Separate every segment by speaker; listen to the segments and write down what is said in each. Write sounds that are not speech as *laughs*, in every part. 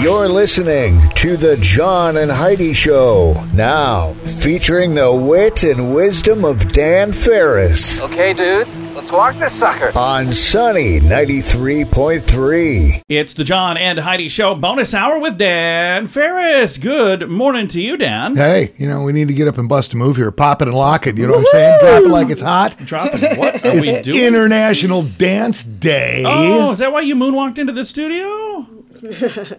Speaker 1: You're listening to The John and Heidi Show, now featuring the wit and wisdom of Dan Ferris
Speaker 2: Okay, dudes, let's walk this
Speaker 3: *laughs*
Speaker 2: sucker.
Speaker 1: on Sunny 93.3.
Speaker 3: It's the John and Heidi Show bonus hour with Dan Ferris. Good morning to you, Dan.
Speaker 4: Hey, you know, we need to get up and bust a move here. Pop it and lock it. You know what I'm saying? Drop it like it's hot.
Speaker 3: Dropping what are we
Speaker 4: It's
Speaker 3: doing?
Speaker 4: International Dance Day.
Speaker 3: oh, is that why you moonwalked into the studio?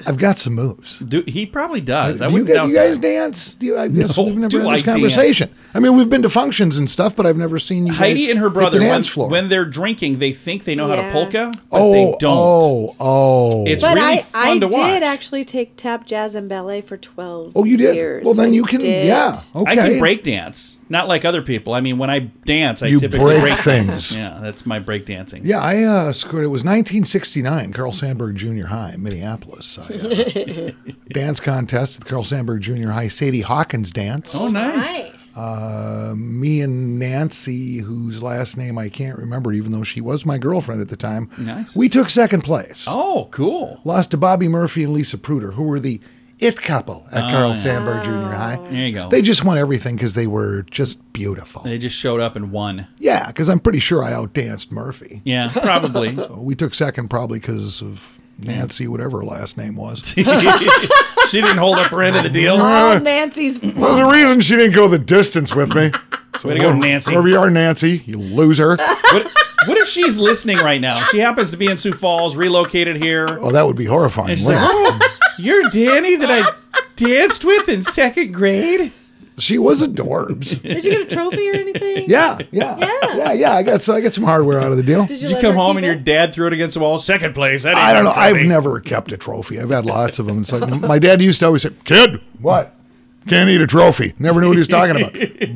Speaker 4: I've got some moves.
Speaker 3: Do, he probably does. I
Speaker 4: do you,
Speaker 3: wouldn't
Speaker 4: guys,
Speaker 3: doubt
Speaker 4: you guys
Speaker 3: that.
Speaker 4: dance? Do you, I guess
Speaker 3: No,
Speaker 4: we've never
Speaker 3: do
Speaker 4: had
Speaker 3: I
Speaker 4: this
Speaker 3: dance?
Speaker 4: conversation. I mean, we've been to functions and stuff, but I've never seen you
Speaker 3: Heidi
Speaker 4: guys
Speaker 3: and her brother,
Speaker 4: hit the
Speaker 3: when,
Speaker 4: dance floor.
Speaker 3: when they're drinking, they think they know how to
Speaker 5: Yeah.
Speaker 3: polka, but
Speaker 4: oh,
Speaker 3: they don't.
Speaker 4: oh, oh.
Speaker 3: It's
Speaker 5: But
Speaker 3: really
Speaker 5: I,
Speaker 3: fun
Speaker 5: I
Speaker 3: to
Speaker 5: did
Speaker 3: watch.
Speaker 5: actually take tap, jazz, and ballet for 12
Speaker 4: oh, you did.
Speaker 5: years.
Speaker 4: Well, then
Speaker 5: I
Speaker 4: you can.
Speaker 5: did.
Speaker 4: Yeah. oh, Okay.
Speaker 3: I can break dance, not like other people. I mean, when I dance, I
Speaker 4: You
Speaker 3: typically
Speaker 4: break
Speaker 3: break dance.
Speaker 4: things.
Speaker 3: Yeah, that's my break dancing.
Speaker 4: Yeah, I uh, scored. It was 1969, Carl Sandburg Junior High, Minneapolis. I,
Speaker 3: *laughs*
Speaker 4: uh, dance contest at Carl Sandburg Junior High, Sadie Hawkins dance.
Speaker 3: Oh, nice.
Speaker 4: Uh, me and Nancy, whose last name I can't remember, even though she was my girlfriend at the time.
Speaker 3: Nice.
Speaker 4: We took second place.
Speaker 3: Oh, cool.
Speaker 4: Lost to Bobby Murphy and Lisa Pruder, who were the it couple
Speaker 3: Oh,
Speaker 4: at Carl Sandburg Junior High.
Speaker 3: There you go.
Speaker 4: They just won everything because they were just beautiful.
Speaker 3: They just showed up and won.
Speaker 4: yeah, because I'm pretty sure I outdanced Murphy.
Speaker 3: Yeah,
Speaker 4: *laughs*
Speaker 3: probably.
Speaker 4: We took second probably because of Nancy, whatever her last
Speaker 5: *laughs*
Speaker 3: *laughs*
Speaker 4: name was.
Speaker 3: she didn't hold up her end of the
Speaker 4: *laughs*
Speaker 3: deal.
Speaker 6: Oh, Nancy's.
Speaker 4: There's a reason she didn't go the distance with me.
Speaker 3: *laughs*
Speaker 4: So
Speaker 3: Way to go, Nancy.
Speaker 4: Wherever you are, Nancy,
Speaker 3: *laughs*
Speaker 4: you loser.
Speaker 3: What, what if she's listening right now? She happens to be in Sioux Falls, relocated here.
Speaker 4: Oh, that would be horrifying.
Speaker 3: And she's like,
Speaker 4: wouldn't
Speaker 3: oh, you're Danny that I danced with in second grade?
Speaker 4: it? She was adorbs.
Speaker 3: *laughs*
Speaker 5: Did you get a trophy or anything?
Speaker 4: Yeah, yeah, yeah, yeah, I got so I got some hardware out of the deal.
Speaker 5: Did you,
Speaker 3: Did you
Speaker 5: let
Speaker 3: come
Speaker 5: her
Speaker 3: home
Speaker 5: keep
Speaker 3: and your
Speaker 5: it?
Speaker 3: dad threw it against the wall? Second place. That ain't
Speaker 4: I don't know.
Speaker 3: no
Speaker 4: I've
Speaker 3: trophy.
Speaker 4: never kept a trophy. I've had lots of them. It's like my dad used to always say, "Kid, what? Can't eat a trophy." Never knew what he was talking
Speaker 3: *laughs*
Speaker 4: about,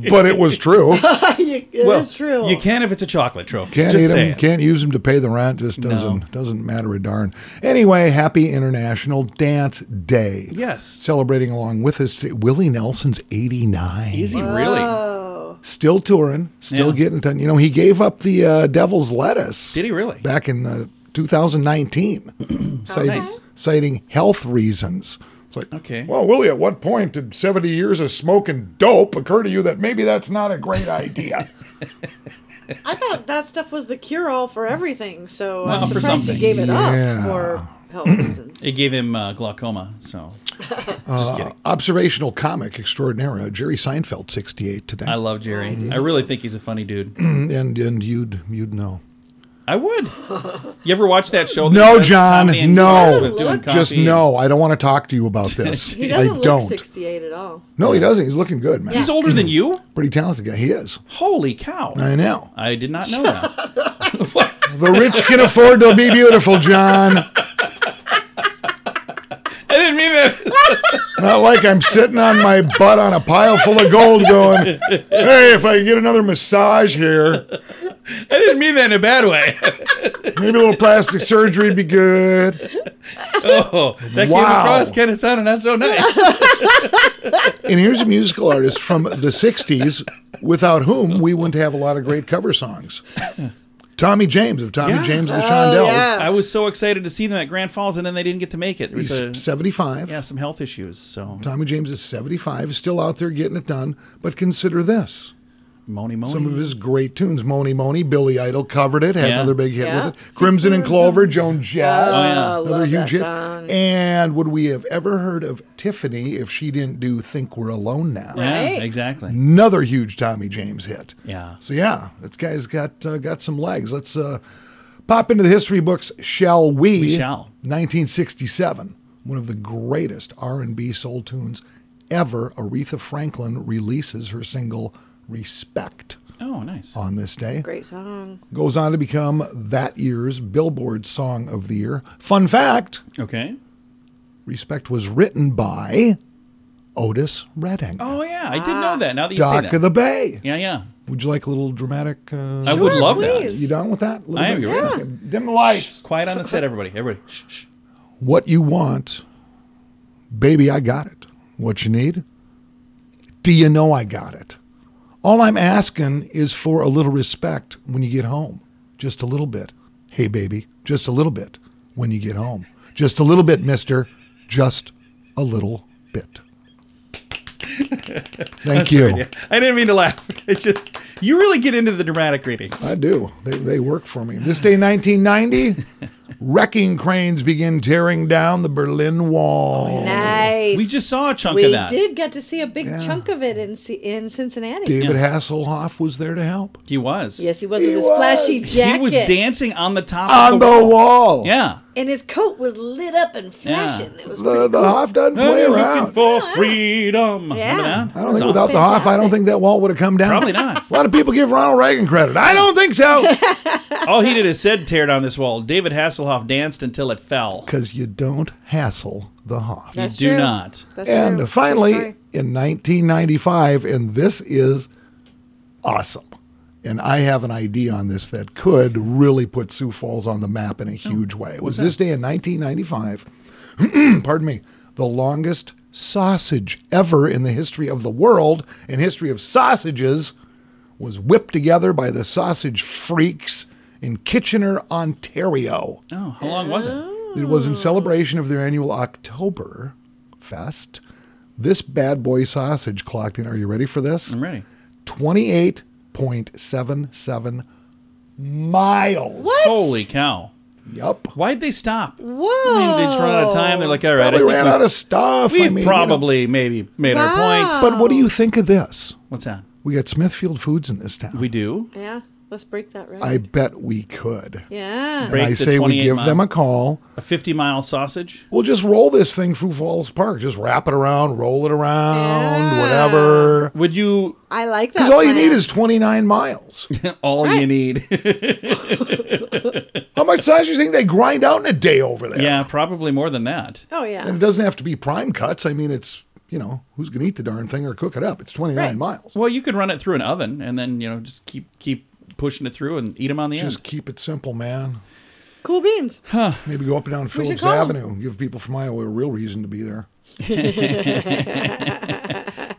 Speaker 4: but it was true.
Speaker 5: You- It
Speaker 3: Well,
Speaker 5: is true.
Speaker 3: You can if it's a chocolate trophy.
Speaker 4: Can't
Speaker 3: Just
Speaker 4: eat
Speaker 3: saying.
Speaker 4: them. Can't use them to pay the rent. Just doesn't doesn't matter a darn. Anyway, happy International Dance Day.
Speaker 3: Yes.
Speaker 4: Celebrating along with us, today, Willie Nelson's 89.
Speaker 3: Is he really?
Speaker 4: Still touring, still
Speaker 3: Yeah.
Speaker 4: getting done. You know, he gave up the uh, Devil's Lettuce.
Speaker 3: Did he really?
Speaker 4: Back in uh,
Speaker 3: *clears throat*
Speaker 4: 2019, citing,
Speaker 3: Oh, nice.
Speaker 4: citing health reasons. It's like,
Speaker 3: Okay.
Speaker 4: Well, Willie, at what point did 70 years of smoking dope occur to you that maybe that's not a great idea?
Speaker 5: *laughs* I thought that stuff was the cure all for everything, so I'm
Speaker 3: Well, for
Speaker 5: surprised
Speaker 3: something.
Speaker 5: he gave it
Speaker 4: Yeah.
Speaker 5: up for health reasons.
Speaker 3: It gave him uh, glaucoma,
Speaker 4: *laughs*
Speaker 3: so
Speaker 4: *clears throat* Uh, observational comic extraordinaire uh, Jerry Seinfeld, 68 today.
Speaker 3: I love Jerry. I really think he's a funny dude.
Speaker 4: and and you'd you'd know.
Speaker 3: I would. You ever watch that show? that he
Speaker 4: No,
Speaker 3: does comedy
Speaker 4: John,
Speaker 3: and cars
Speaker 4: no.
Speaker 3: with doing
Speaker 4: Just
Speaker 3: coffee?
Speaker 4: no. I don't want to talk to you about
Speaker 5: *laughs*
Speaker 4: this.
Speaker 5: He
Speaker 4: I
Speaker 5: doesn't look
Speaker 4: don't.
Speaker 5: 68 at all.
Speaker 4: No, he doesn't. He's looking good, man.
Speaker 3: He's older than you.
Speaker 4: Pretty talented guy. He is.
Speaker 3: Holy cow!
Speaker 4: I know.
Speaker 3: I did not know that. What?
Speaker 4: The rich can afford to be beautiful, John.
Speaker 3: I didn't mean that.
Speaker 4: Not like I'm sitting on my butt on a pile full of gold going, hey, if I get another massage here,
Speaker 3: I didn't mean that in a bad way.
Speaker 4: maybe a little plastic surgery would be good.
Speaker 3: Oh, that came
Speaker 4: Wow.
Speaker 3: across kind of sounded not so nice.
Speaker 4: And here's a musical artist from the 60s without whom we wouldn't have a lot of great cover songs. Tommy James of Tommy
Speaker 3: Yeah.
Speaker 4: James and the Shondells.
Speaker 5: yeah.
Speaker 3: I was so excited to see them at Grand Falls, and then they didn't get to make it. It was
Speaker 4: He's
Speaker 3: a,
Speaker 4: 75.
Speaker 3: yeah, some health issues. So
Speaker 4: Tommy James is 75, still out there getting it done. But consider this.
Speaker 3: Moni Moni.
Speaker 4: Some of his great tunes, Moni Moni, Billy Idol covered it, had
Speaker 3: Yeah.
Speaker 4: another big hit
Speaker 5: Yeah.
Speaker 4: with it. Crimson and Clover, Joan Jett,
Speaker 3: yeah.
Speaker 5: Oh,
Speaker 4: another
Speaker 5: love
Speaker 4: huge
Speaker 5: that
Speaker 4: hit.
Speaker 5: song.
Speaker 4: And would we have ever heard of Tiffany if she didn't do Think We're Alone Now?
Speaker 3: yeah,
Speaker 5: Right.
Speaker 3: exactly.
Speaker 4: Another huge Tommy James hit.
Speaker 3: Yeah.
Speaker 4: So yeah, this guy's got uh, got some legs. Let's uh, pop into the history books, shall we?
Speaker 3: We shall.
Speaker 4: 1967, one of the greatest R&B soul tunes ever. Aretha Franklin releases her single "Respect"
Speaker 3: Oh, nice.
Speaker 4: on this day.
Speaker 5: Great song.
Speaker 4: Goes on to become that year's Billboard Song of the Year. Fun fact:
Speaker 3: Okay.
Speaker 4: Respect was written by Otis Redding.
Speaker 3: Oh yeah, I did know that. Now that you
Speaker 4: Doc
Speaker 3: say that.
Speaker 4: of the Bay.
Speaker 3: yeah, yeah.
Speaker 4: Would you like a little dramatic? Uh,
Speaker 3: I would love
Speaker 4: You down with that? A little
Speaker 3: I am,
Speaker 4: bit?
Speaker 3: you're right.
Speaker 4: Okay, Dim the lights.
Speaker 3: that. Quiet on the set, everybody. Everybody. Shh, shh.
Speaker 4: What you want, baby, I got it. What you need, do you know I got it? All I'm asking is for a little respect when you get home. Just a little bit. Hey, baby, just a little bit when you get home. Just a little bit, mister. Just a little bit. Thank you.
Speaker 3: I didn't mean to laugh. *laughs* It's just you really get into the dramatic readings.
Speaker 4: I do. They, they work for me. This day, 1990, wrecking cranes begin tearing down the Berlin Wall.
Speaker 5: Nice.
Speaker 3: We just saw a chunk
Speaker 5: we
Speaker 3: of that.
Speaker 5: did get to see a big chunk of it in C- in Cincinnati.
Speaker 4: David Hasselhoff was there to help.
Speaker 3: He was.
Speaker 5: Yes, he was with his flashy jacket.
Speaker 3: He was dancing on the top
Speaker 4: On
Speaker 3: of
Speaker 4: the wall.
Speaker 3: Yeah.
Speaker 5: and his coat was lit up and flashing. It was
Speaker 4: The,
Speaker 5: pretty
Speaker 4: the
Speaker 5: cool.
Speaker 4: Hoff doesn't play
Speaker 3: Looking
Speaker 4: around.
Speaker 3: for freedom.
Speaker 5: Yeah.
Speaker 3: Remember that?
Speaker 4: I
Speaker 3: That's
Speaker 4: don't think without
Speaker 3: awesome.
Speaker 4: the Hoff, I don't think that wall would have come down.
Speaker 3: Probably not.
Speaker 4: A lot of people give Ronald Reagan credit. I don't think
Speaker 5: *laughs*
Speaker 4: so.
Speaker 3: All he did is said, tear down this wall. David Hasselhoff danced until it fell.
Speaker 4: Because you don't hassle the Hoff.
Speaker 5: That's
Speaker 3: Do
Speaker 5: true.
Speaker 3: not.
Speaker 5: That's
Speaker 4: and
Speaker 5: true. True
Speaker 4: finally,
Speaker 5: story.
Speaker 4: in 1995, and this is awesome. And I have an idea on this that could really put Sioux Falls on the map in
Speaker 5: Oh,
Speaker 4: a huge way. It was this day in 1995, *clears throat* pardon me, the longest sausage ever in the history of the world and history of sausages was whipped together by the sausage freaks in Kitchener, Ontario.
Speaker 3: Oh, how long was it?
Speaker 4: It was in celebration of their annual October Fest. This bad boy sausage clocked in. Are you ready for this?
Speaker 3: I'm ready.
Speaker 4: 28.77 miles. What?
Speaker 3: Holy cow.
Speaker 4: Yup.
Speaker 3: Why'd they stop?
Speaker 5: Whoa.
Speaker 3: I mean, they just run out of time. They're like, all right,
Speaker 4: Probably
Speaker 3: I
Speaker 4: ran
Speaker 3: think
Speaker 4: out of stuff.
Speaker 3: we've,
Speaker 4: I
Speaker 3: we've
Speaker 4: mean, you know.
Speaker 3: probably maybe made our point.
Speaker 4: But what do you think of this?
Speaker 3: What's that?
Speaker 4: We got Smithfield Foods in this town.
Speaker 3: We do.
Speaker 5: Yeah, let's break that record.
Speaker 4: I bet we could.
Speaker 5: yeah.
Speaker 4: And I
Speaker 3: the
Speaker 4: say we
Speaker 3: 28
Speaker 4: give
Speaker 3: mile.
Speaker 4: them a call.
Speaker 3: A 50 mile sausage.
Speaker 4: We'll just roll this thing through Falls Park. Just wrap it around, roll it around,
Speaker 5: Yeah.
Speaker 4: whatever.
Speaker 3: Would you?
Speaker 5: I like that.
Speaker 4: Because all you
Speaker 5: plan.
Speaker 4: need is 29 miles.
Speaker 3: All you need.
Speaker 4: How much size do you think they grind out in a day over
Speaker 3: *laughs*
Speaker 4: there?
Speaker 3: yeah, probably more than that.
Speaker 5: Oh
Speaker 4: And
Speaker 5: yeah.
Speaker 4: it doesn't have to be prime cuts. I mean, it's, you know, who's going to eat the darn thing or cook it up? It's 29
Speaker 5: Right.
Speaker 4: miles.
Speaker 3: Well, you could run it through an oven and then, you know, just keep keep pushing it through and eat them on the
Speaker 4: Just
Speaker 3: end.
Speaker 4: keep it simple, man.
Speaker 5: Cool beans.
Speaker 4: Maybe go up and down Phillips
Speaker 5: call 'em.
Speaker 4: Avenue and give people from Iowa a real reason to be there.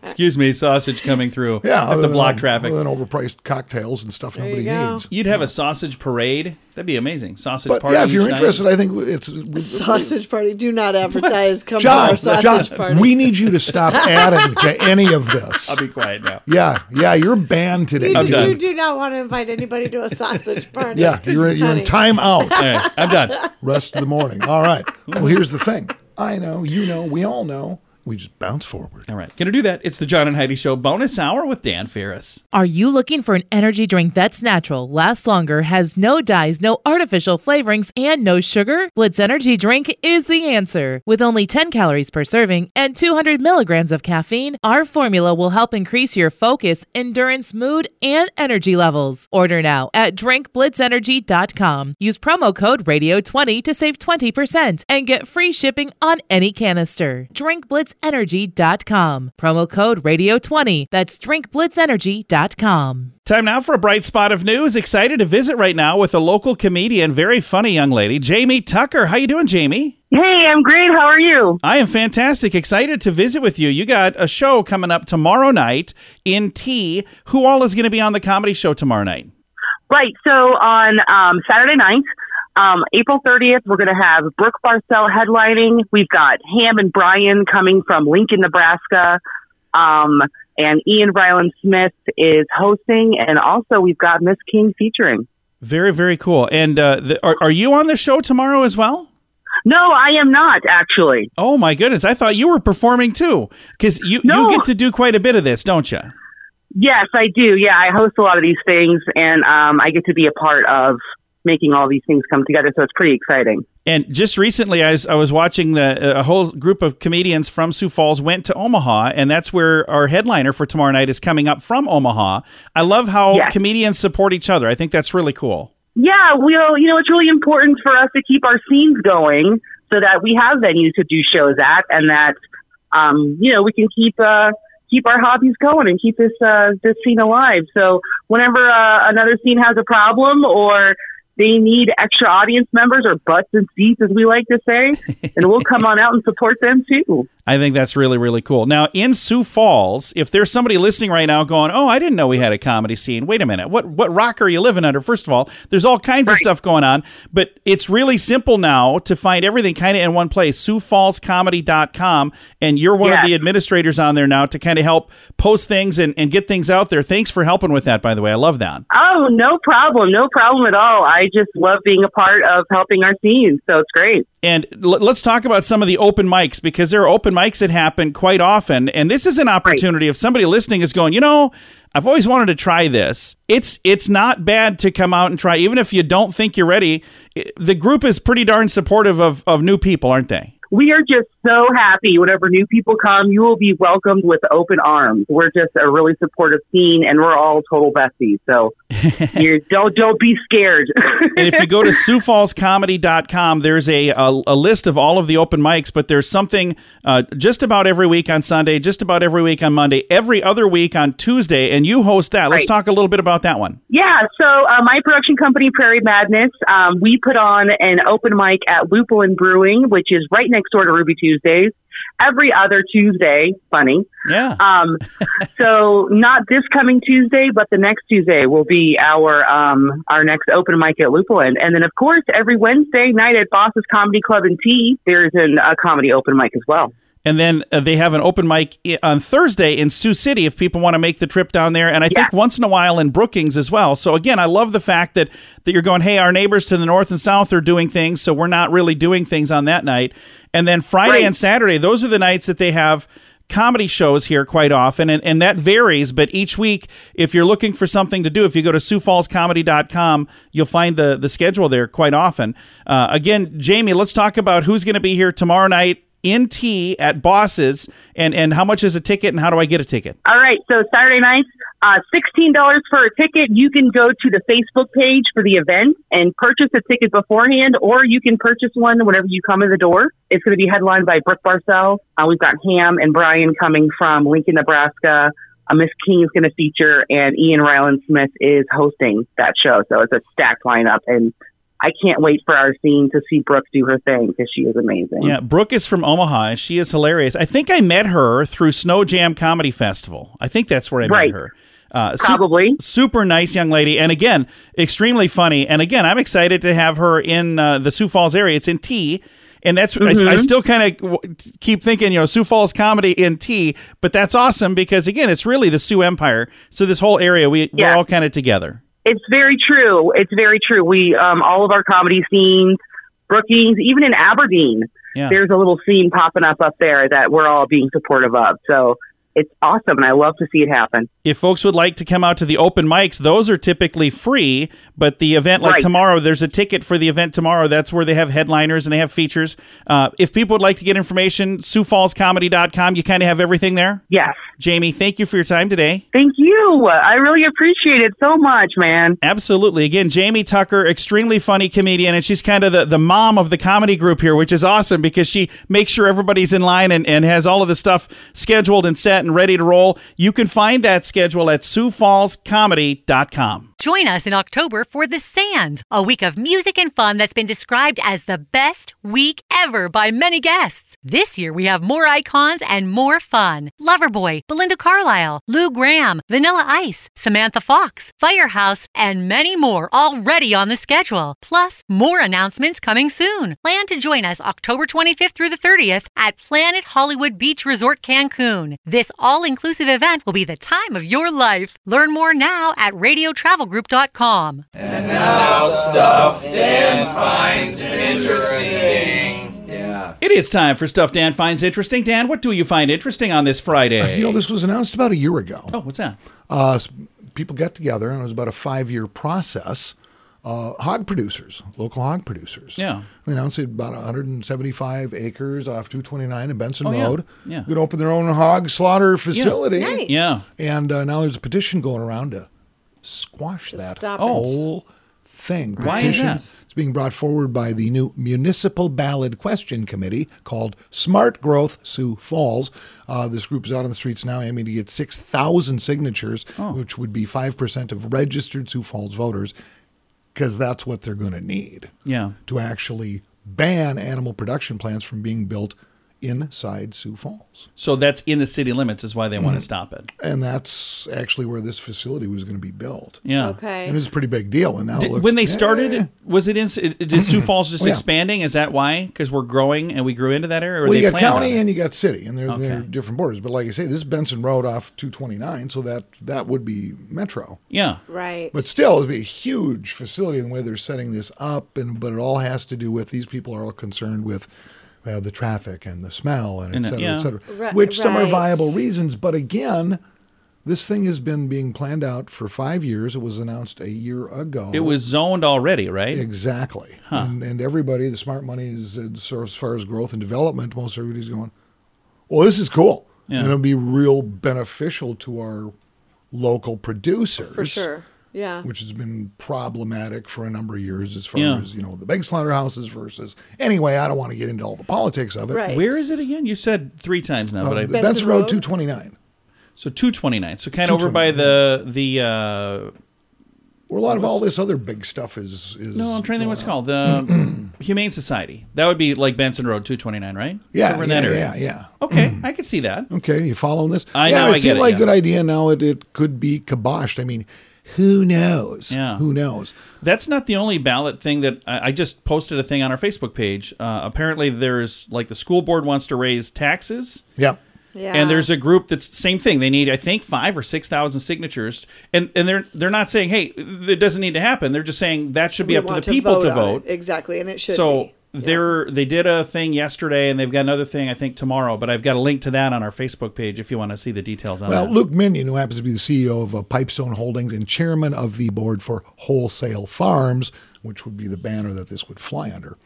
Speaker 3: Excuse me, sausage coming through.
Speaker 4: *laughs* Yeah.
Speaker 3: Have
Speaker 4: other
Speaker 3: to
Speaker 4: than
Speaker 3: block
Speaker 4: over-
Speaker 3: traffic.
Speaker 4: *laughs* Other than overpriced cocktails and stuff nobody
Speaker 5: you go.
Speaker 4: needs.
Speaker 3: You'd have a sausage parade. That'd be amazing. Sausage
Speaker 4: But
Speaker 3: party.
Speaker 4: yeah, if you're
Speaker 3: each night.
Speaker 4: interested, I think it's. we-
Speaker 5: Sausage party. Do not advertise. Come to
Speaker 4: John,
Speaker 5: our sausage
Speaker 4: John,
Speaker 5: party.
Speaker 4: we need you
Speaker 5: *laughs*
Speaker 4: to stop adding to any of this.
Speaker 3: I'll be quiet now.
Speaker 4: Yeah, yeah, you're banned today.
Speaker 5: you,
Speaker 3: I'm
Speaker 5: do-
Speaker 3: done.
Speaker 5: you do not want to invite anybody to
Speaker 7: *laughs*
Speaker 5: a sausage party.
Speaker 4: Yeah, you're, you're in
Speaker 5: Honey.
Speaker 3: *laughs*
Speaker 4: time out.
Speaker 3: All right, I'm done.
Speaker 4: rest of the morning. All right. Well, here's the thing. *laughs* I know, you know, we all know. We just bounce forward.
Speaker 3: All right, gonna do that. It's the John and Heidi Show bonus hour with Dan Ferris.
Speaker 7: Are you looking for an energy drink that's natural, lasts longer, has no dyes, no artificial flavorings, and no sugar? Blitz Energy Drink is the answer. With only 10 calories per serving and 200 milligrams of caffeine, our formula will help increase your focus, endurance, mood, and energy levels. Order now at drinkblitzenergy.com. Use promo code RADIO20 to save 20% and get free shipping on any canister. drinkblitzenergy.com. Promo code RADIO20. That's drinkblitzenergy.com.
Speaker 3: Time now for a bright spot of news. Excited to visit right now with a local comedian, very funny young lady, Jamie Tucker. How you doing, Jamie?
Speaker 8: Hey, I'm great. How are you?
Speaker 3: I am fantastic. Excited to visit with you. You got a show coming up tomorrow night in T. Who all is going to be on the comedy show tomorrow night?
Speaker 8: Right. So on um, Saturday night, um, April 30th, we're going to have Brooke Barcel headlining. We've got Ham and Brian coming from Lincoln, Nebraska. Um, and Ian Ryland Smith is hosting. And also, we've got Miss King featuring.
Speaker 3: Very, very cool. And uh, the, are, are you on the show tomorrow as well?
Speaker 8: No, I am not, actually.
Speaker 3: Oh my goodness! I thought you were performing too, because you
Speaker 8: No.
Speaker 3: you get to do quite a bit of this, don't you?
Speaker 8: Yes, I do. Yeah, I host a lot of these things, and um, I get to be a part of making all these things come together. So it's pretty exciting.
Speaker 3: And just recently, I was, I was watching the a whole group of comedians from Sioux Falls went to Omaha, and that's where our headliner for tomorrow night is coming up from Omaha. I love how
Speaker 8: Yes.
Speaker 3: comedians support each other. I think that's really cool.
Speaker 8: Yeah, well, you know, it's really important for us to keep our scenes going. so that we have venues to do shows at, and that um, you know we can keep uh, keep our hobbies going and keep this uh, this scene alive. So whenever uh, another scene has a problem or they need extra audience members or butts and seats, as we like to say, and we'll come on out and support them too.
Speaker 3: I think that's really, really cool. Now, in Sioux Falls, if there's somebody listening right now going, Oh, I didn't know we had a comedy scene. Wait a minute. What what rock are you living under? First of all, there's all kinds of stuff going on, but it's really simple now to find everything kind of in one place. SiouxFallsComedy.com. And you're one
Speaker 8: Yes.
Speaker 3: of the administrators on there now to kind of help post things and, and get things out there. Thanks for helping with that, by the way. I love that.
Speaker 8: Oh, no problem, no problem at all. I just love being a part of helping our scene, so it's great.
Speaker 3: And l- let's talk about some of the open mics because there are open mics that happen quite often. And this is an opportunity if somebody listening is going, you know, I've always wanted to try this. It's it's not bad to come out and try, even if you don't think you're ready. I- The group is pretty darn supportive of, of new people, aren't they?
Speaker 8: We are just so happy. Whenever new people come, you will be welcomed with open arms. We're just a really supportive scene, and we're all total besties. So you don't don't be scared.
Speaker 3: and if you go to SiouxFallsComedy.com, there's a, a, a list of all of the open mics, but there's something uh, just about every week on Sunday, just about every week on Monday, every other week on Tuesday, and you host that. Let's
Speaker 8: Right.
Speaker 3: talk a little bit about that one.
Speaker 8: Yeah, so uh, my production company, Prairie Madness, um, we put on an open mic at Lupulin Brewing, which is right next door to Ruby Tuesdays, every other Tuesday. Funny.
Speaker 3: Yeah.
Speaker 8: Um, so not this coming Tuesday, but the next Tuesday will be our um, our next open mic at Lupulin, and then of course every Wednesday night at Boss's Comedy Club and Tea, there's an, a comedy open mic as well.
Speaker 3: And then uh, they have an open mic i- on Thursday in Sioux City if people want to make the trip down there. And I think once in a while in Brookings as well. So again, I love the fact that that you're going, hey, our neighbors to the north and south are doing things, so we're not really doing things on that night. And then Friday and Saturday, those are the nights that they have comedy shows here quite often and, and that varies but each week if you're looking for something to do if you go to siouxfallscomedy.com you'll find the the schedule there quite often uh, again jamie let's talk about who's going to be here tomorrow night in tea at bosses and and how much is a ticket and how do i get a ticket
Speaker 8: All right, so Saturday nights, uh, $16 for a ticket. You can go to the Facebook page for the event and purchase a ticket beforehand, or you can purchase one whenever you come in the door. It's going to be headlined by Brooke Barcel. Uh, we've got Ham and Brian coming from Lincoln, Nebraska. Uh, Miss King is going to feature, and Ian Ryland Smith is hosting that show. So it's a stacked lineup, and I can't wait for our scene to see Brooke do her thing because she is amazing.
Speaker 3: yeah brooke is from omaha and she is hilarious i think i met her through snow jam comedy festival i think that's where i
Speaker 8: Right.
Speaker 3: met her uh, su-
Speaker 8: Probably.
Speaker 3: super nice young lady, and again, extremely funny. And again, I'm excited to have her in uh, the Sioux Falls area. It's in T, and that's I-
Speaker 8: Mhm.
Speaker 3: I, still kind of w- keep thinking, you know, Sioux Falls comedy in T, but that's awesome because again, it's really the Sioux Empire. So this whole area, we we're
Speaker 8: Yeah.
Speaker 3: all kind of together.
Speaker 8: It's very true. It's very true. We um, all of our comedy scenes, Brookings, even in Aberdeen,
Speaker 3: Yeah.
Speaker 8: there's a little scene popping up up there that we're all being supportive of. So it's awesome, and I love to see it happen.
Speaker 3: If folks would like to come out to the open mics, those are typically free, but the event like
Speaker 8: Right.
Speaker 3: tomorrow, there's a ticket for the event tomorrow. That's where they have headliners and they have features. Uh, if people would like to get information, SiouxFallsComedy.com, you kind of have everything there?
Speaker 8: Yes.
Speaker 3: Jamie, thank you for your time today.
Speaker 8: Thank you. I really appreciate it so much, man.
Speaker 3: Absolutely. Again, Jamie Tucker, extremely funny comedian, and she's kind of the, the mom of the comedy group here, which is awesome because she makes sure everybody's in line and, and has all of the stuff scheduled and set and ready to roll. You can find that schedule at SiouxFallsComedy.com.
Speaker 9: Join us in October for The Sands, a week of music and fun that's been described as the best week ever by many guests. This year we have more icons and more fun. Loverboy, Belinda Carlisle, Lou Graham, Vanilla Ice, Samantha Fox, Firehouse, and many more already on the schedule. Plus, more announcements coming soon. Plan to join us October 25th through the 30th at Planet Hollywood Beach Resort Cancun. This all inclusive event will be the time of your life. Learn more now at radiotravelgroup.com.
Speaker 10: stuff Dan finds interesting.
Speaker 3: It is time for Stuff Dan Finds Interesting. Dan, what do you find interesting on this Friday?
Speaker 4: *laughs* You know, this was announced about a year ago.
Speaker 3: Oh, what's that?
Speaker 4: Uh, s- people got together, and it was about a five-year process. Uh, hog producers, local hog producers.
Speaker 3: Yeah.
Speaker 4: They announced it about 175 acres off 229 in Benson
Speaker 3: Oh, yeah.
Speaker 4: Road.
Speaker 3: Yeah.
Speaker 4: Going to open their own hog slaughter facility.
Speaker 3: Nice. Yeah.
Speaker 4: And uh, now there's a petition going around to squash that
Speaker 3: stop it.
Speaker 4: whole thing.
Speaker 3: Oh. Why is
Speaker 4: Petition.
Speaker 3: that?
Speaker 4: It's being brought forward by the new Municipal Ballot Question Committee called Smart Growth Sioux Falls. Uh, this group is out on the streets now aiming to get 6,000 signatures,
Speaker 3: Oh.
Speaker 4: which would be 5% of registered Sioux Falls voters, because that's what they're going to need
Speaker 3: Yeah.
Speaker 4: to actually ban animal production plants from being built inside Sioux Falls.
Speaker 3: So that's in the city limits is why they
Speaker 4: Mm.
Speaker 3: want to stop it.
Speaker 4: And that's actually where this facility was going to be built.
Speaker 3: Yeah.
Speaker 5: Okay.
Speaker 4: And it's a pretty big deal. And now it
Speaker 3: Did-
Speaker 4: looks,
Speaker 3: when they started, was it in? Did
Speaker 4: *clears throat*
Speaker 3: Sioux Falls just
Speaker 4: Oh, yeah.
Speaker 3: expanding? Is that why? Because we're growing and we grew into that area. Or
Speaker 4: well,
Speaker 3: they
Speaker 4: you got
Speaker 3: planned on
Speaker 4: county
Speaker 3: it?
Speaker 4: and you got city, and they're, they're
Speaker 3: Okay.
Speaker 4: different borders. But like I say, this is Benson Road off 229, so that that would be metro.
Speaker 3: Yeah.
Speaker 5: Right.
Speaker 4: But still, it'd be a huge facility in the way they're setting this up. And but it all has to do with these people are all concerned with uh, the traffic and the smell and et
Speaker 3: And, uh,
Speaker 4: cetera,
Speaker 3: yeah.
Speaker 4: et cetera.
Speaker 3: Ri-
Speaker 4: which some are
Speaker 3: right.
Speaker 4: viable reasons. But again, this thing has been being planned out for five years. It was announced a year ago.
Speaker 3: It was zoned already, right?
Speaker 4: Exactly.
Speaker 3: Huh.
Speaker 4: And, and everybody, the smart money is as far- as far as growth and development, most everybody's going, well, this is cool.
Speaker 3: Yeah.
Speaker 4: And it'll be real beneficial to our local producers.
Speaker 5: For sure. Yeah.
Speaker 4: Which has been problematic for a number of years as far
Speaker 3: Yeah.
Speaker 4: as, you know, the big slaughterhouses versus. Anyway, I don't want to get into all the politics of it.
Speaker 3: Where is it again? You said three times now,
Speaker 4: Uh,
Speaker 3: but I
Speaker 4: Benson, Road, 229.
Speaker 3: So two twenty nine. So kind of over by the the. Uh,
Speaker 4: Where a lot of all this other big stuff is. is
Speaker 3: No, I'm trying to think what's called
Speaker 4: *clears throat*
Speaker 3: the *clears throat* Humane Society. That would be like Benson Road 229, right? It's
Speaker 4: Yeah,
Speaker 3: over in
Speaker 4: yeah,
Speaker 3: that area.
Speaker 4: yeah, yeah. *clears throat*
Speaker 3: Okay, I could see that.
Speaker 4: Okay, you following this?
Speaker 3: I
Speaker 4: yeah,
Speaker 3: know,
Speaker 4: It
Speaker 3: I get
Speaker 4: seemed
Speaker 3: it,
Speaker 4: like
Speaker 3: yeah.
Speaker 4: a good idea. Now it, it could be kiboshed. I mean, who knows?
Speaker 3: Yeah.
Speaker 4: Who knows?
Speaker 3: That's not the only ballot thing that I, I just posted a thing on our Facebook page. Uh, apparently, there's like the school board wants to raise taxes.
Speaker 4: Yeah.
Speaker 5: Yeah.
Speaker 3: And there's a group that's same thing. They need, I think, five or six thousand signatures, and and they're they're not saying, hey, it doesn't need to happen. They're just saying that should be
Speaker 5: We
Speaker 3: up to the
Speaker 5: want
Speaker 3: people
Speaker 5: on
Speaker 3: to
Speaker 5: it.
Speaker 3: vote.
Speaker 5: Exactly. And it should
Speaker 3: so
Speaker 5: be.
Speaker 3: they're they did a thing yesterday, and they've got another thing I think tomorrow. But I've got a link to that on our Facebook page if you want to see the details on
Speaker 4: Well,
Speaker 3: that.
Speaker 4: Uh, Luke Minion, who happens to be the CEO of uh, Pipestone Holdings and chairman of the board for Wholesale Farms, which would be the banner that this would fly under,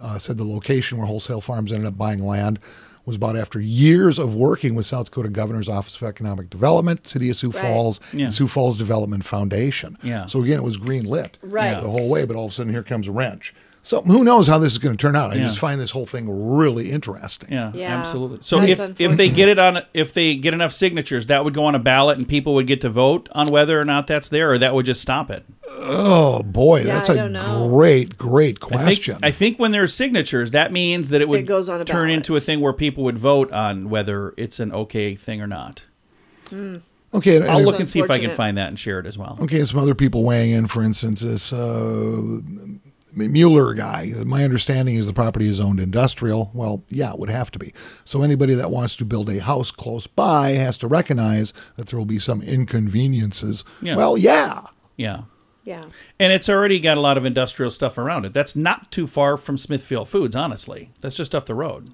Speaker 4: uh, said the location where Wholesale Farms ended up buying land was bought after years of working with South Dakota Governor's Office of Economic Development, City of Sioux
Speaker 3: Right.
Speaker 4: Falls,
Speaker 3: Yeah.
Speaker 4: and Sioux Falls Development Foundation.
Speaker 3: Yeah.
Speaker 4: So again, it was green lit
Speaker 3: Right.
Speaker 4: the whole way, but all of a sudden here comes a wrench. So who knows how this is going to turn out? I
Speaker 3: Yeah.
Speaker 4: just find this whole thing really interesting.
Speaker 3: Yeah,
Speaker 5: Yeah.
Speaker 3: absolutely. So
Speaker 5: That's
Speaker 3: if if they get it on if they get enough signatures, that would go on a ballot and people would get to vote on whether or not that's there or that would just stop it.
Speaker 4: Oh boy, that's a great, great question.
Speaker 3: I think, I think when there's signatures, that means that it would
Speaker 5: It goes on a
Speaker 3: turn into a thing where people would vote on whether it's an okay thing or not.
Speaker 4: Okay, and-
Speaker 3: I'll
Speaker 4: and-
Speaker 3: look and see if I can find that and share it as well.
Speaker 4: Okay, and some other people weighing in. For instance, this uh, Mueller guy. My understanding is the property is owned industrial. Well, yeah, it would have to be. So anybody that wants to build a house close by has to recognize that there will be some inconveniences.
Speaker 3: Yeah.
Speaker 4: Well, yeah.
Speaker 3: Yeah.
Speaker 5: Yeah.
Speaker 3: And it's already got a lot of industrial stuff around it. That's not too far from Smithfield Foods, honestly. That's just up the road.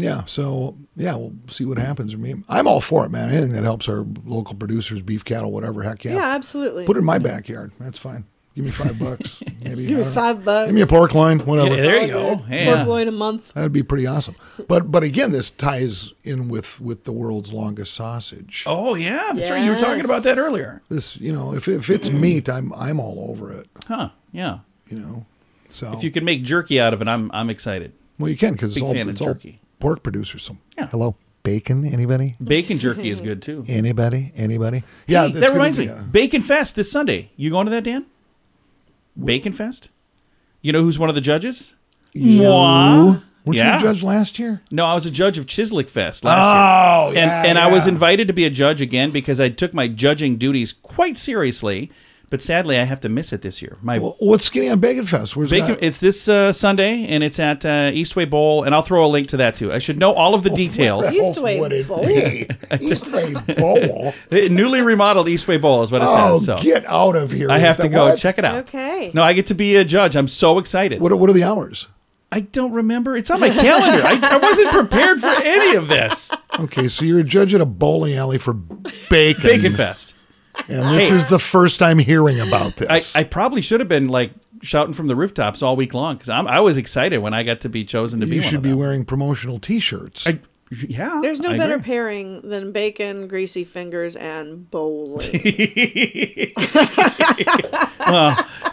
Speaker 4: Yeah, so yeah, we'll see what happens. I mean, I'm all for it, man. Anything that helps our local producers, beef cattle, whatever. Heck yeah,
Speaker 5: Yeah, absolutely.
Speaker 4: Put it in my backyard. That's fine. Give me five
Speaker 5: *laughs*
Speaker 4: bucks, maybe.
Speaker 5: Give me
Speaker 4: I don't know.
Speaker 5: five bucks.
Speaker 4: Give me a pork loin, whatever.
Speaker 3: Yeah, there you go.
Speaker 5: Pork loin a month.
Speaker 4: That'd be pretty awesome. But but again, this ties in with with the world's longest sausage.
Speaker 3: Oh yeah, that's right. You were talking
Speaker 5: Yes.
Speaker 3: about that earlier.
Speaker 4: This, you know, if
Speaker 3: *clears throat*
Speaker 4: if it's meat, I'm I'm all over it.
Speaker 3: Huh? Yeah.
Speaker 4: You know, so
Speaker 3: If you could make jerky out of it, I'm I'm excited.
Speaker 4: well, you can because it's
Speaker 3: Big
Speaker 4: all
Speaker 3: fan of
Speaker 4: it's all
Speaker 3: jerky.
Speaker 4: pork producers. So hello, bacon. Anybody?
Speaker 3: Bacon jerky is good too.
Speaker 4: Anybody? Anybody? *laughs* Yeah,
Speaker 3: Hey,
Speaker 4: it's
Speaker 3: that
Speaker 4: gonna
Speaker 3: reminds
Speaker 4: be
Speaker 3: me.
Speaker 4: a-
Speaker 3: Bacon Fest this Sunday. You going to that, Dan? Bacon Fest. You know who's one of the judges? Moi.
Speaker 4: Weren't you
Speaker 3: Yeah.
Speaker 4: a judge last year?
Speaker 3: No, I was a judge of Chislik Fest last
Speaker 4: Oh,
Speaker 3: year.
Speaker 4: yeah,
Speaker 3: and and I was
Speaker 4: yeah.
Speaker 3: invited to be a judge again because I took my judging duties quite seriously. But sadly, I have to miss it this year. My
Speaker 4: What's skinny on Bacon Fest? Where's
Speaker 3: Bacon,
Speaker 4: that?
Speaker 3: it's this uh, Sunday, and it's at uh, Eastway Bowl, and I'll throw a link to that too. I should know all of
Speaker 4: Oh,
Speaker 3: the details.
Speaker 5: Eastway
Speaker 4: *laughs*
Speaker 5: Bowl.
Speaker 4: Eastway
Speaker 3: *laughs*
Speaker 4: Bowl.
Speaker 3: The newly remodeled Eastway Bowl is what it
Speaker 4: Oh,
Speaker 3: says. So
Speaker 4: get out of here!
Speaker 3: I
Speaker 4: with
Speaker 3: have to
Speaker 4: that.
Speaker 3: go
Speaker 4: What?
Speaker 3: check it out.
Speaker 5: Okay.
Speaker 3: No, I get to be a judge. I'm so excited.
Speaker 4: What are, what are the hours?
Speaker 3: I don't remember. It's on my calendar. I, I wasn't prepared for any of
Speaker 4: *laughs*
Speaker 3: this.
Speaker 4: Okay, so you're a judge at a bowling alley for bacon.
Speaker 3: Bacon Fest.
Speaker 4: And this
Speaker 3: *laughs* Hey.
Speaker 4: is the first I'm hearing about
Speaker 3: I,
Speaker 4: this.
Speaker 3: I probably should have been like shouting from the rooftops all week long because I was excited when I got to be chosen to be
Speaker 4: you
Speaker 3: one
Speaker 4: should
Speaker 3: of
Speaker 4: be wearing promotional T-shirts.
Speaker 3: them. I, yeah.
Speaker 5: There's no
Speaker 3: I
Speaker 5: better *laughs*
Speaker 3: agree.
Speaker 5: pairing than bacon, greasy fingers, and bowling.
Speaker 3: Well,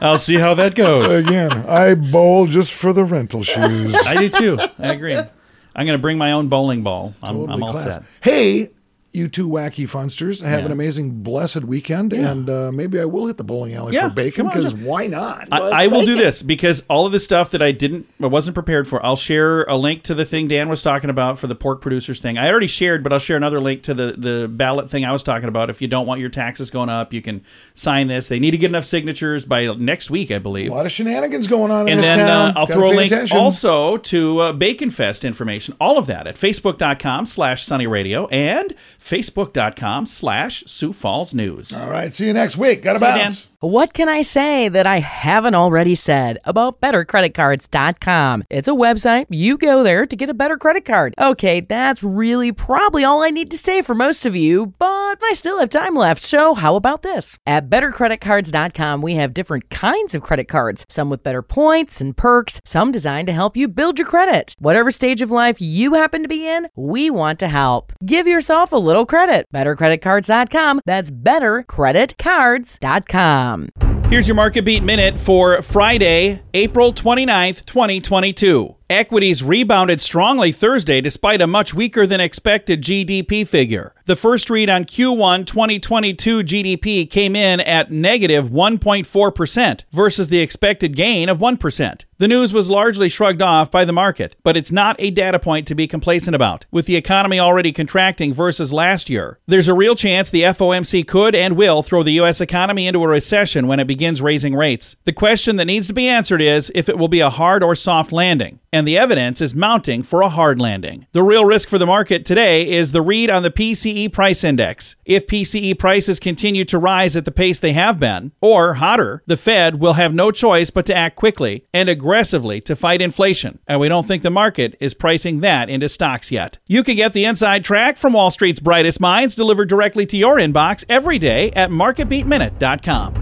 Speaker 3: I'll see how that goes.
Speaker 4: Again, I bowl just for the rental shoes.
Speaker 3: I do too. I agree. I'm going to bring my own bowling ball. I'm, I'm all
Speaker 4: class.
Speaker 3: set.
Speaker 4: Hey, you two wacky funsters, have an
Speaker 3: Yeah.
Speaker 4: amazing, blessed weekend, and uh, maybe I will hit the bowling alley
Speaker 3: Yeah,
Speaker 4: for
Speaker 3: come
Speaker 4: bacon
Speaker 3: on,
Speaker 4: because
Speaker 3: just-
Speaker 4: why not?
Speaker 3: I, I will do this because all of the stuff that I didn't, I wasn't prepared for. I'll share a link to the thing Dan was talking about for the pork producers thing. I already shared, but I'll share another link to the the ballot thing I was talking about. If you don't want your taxes going up, you can sign this. They need to get enough signatures by next week, I believe.
Speaker 4: A lot of shenanigans going on in
Speaker 3: and
Speaker 4: this
Speaker 3: then
Speaker 4: town.
Speaker 3: uh, I'll
Speaker 4: Gotta
Speaker 3: throw a
Speaker 4: pay
Speaker 3: link
Speaker 4: attention.
Speaker 3: also to uh, Bacon Fest information, all of that at facebook.com slash sunny radio and facebook.com slash Sioux Falls News.
Speaker 4: All right, see you next week. Got to
Speaker 3: See you, Dan.
Speaker 4: bounce.
Speaker 11: What can I say that I haven't already said about bettercreditcards.com? It's a website. You go there to get a better credit card. Okay, that's really probably all I need to say for most of you, but I still have time left. So, how about this? At bettercreditcards.com, we have different kinds of credit cards, some with better points and perks, some designed to help you build your credit. Whatever stage of life you happen to be in, we want to help. Give yourself a little credit. Bettercreditcards.com. That's bettercreditcards.com.
Speaker 3: Here's your market beat minute for Friday, April 29th, 2022. Equities rebounded strongly Thursday despite a much weaker than expected GDP figure. The first read on Q1 2022 GDP came in at negative 1.4% versus the expected gain of 1%. The news was largely shrugged off by the market, but it's not a data point to be complacent about. With the economy already contracting versus last year, there's a real chance the FOMC could and will throw the U.S. economy into a recession when it begins raising rates. The question that needs to be answered is if it will be a hard or soft landing, and the evidence is mounting for a hard landing. The real risk for the market today is the read on the PCE price index. If PCE prices continue to rise at the pace they have been, or hotter, the Fed will have no choice but to act quickly and aggressively to fight inflation. And we don't think the market is pricing that into stocks yet. You can get the inside track from Wall Street's brightest minds delivered directly to your inbox every day at marketbeatminute.com.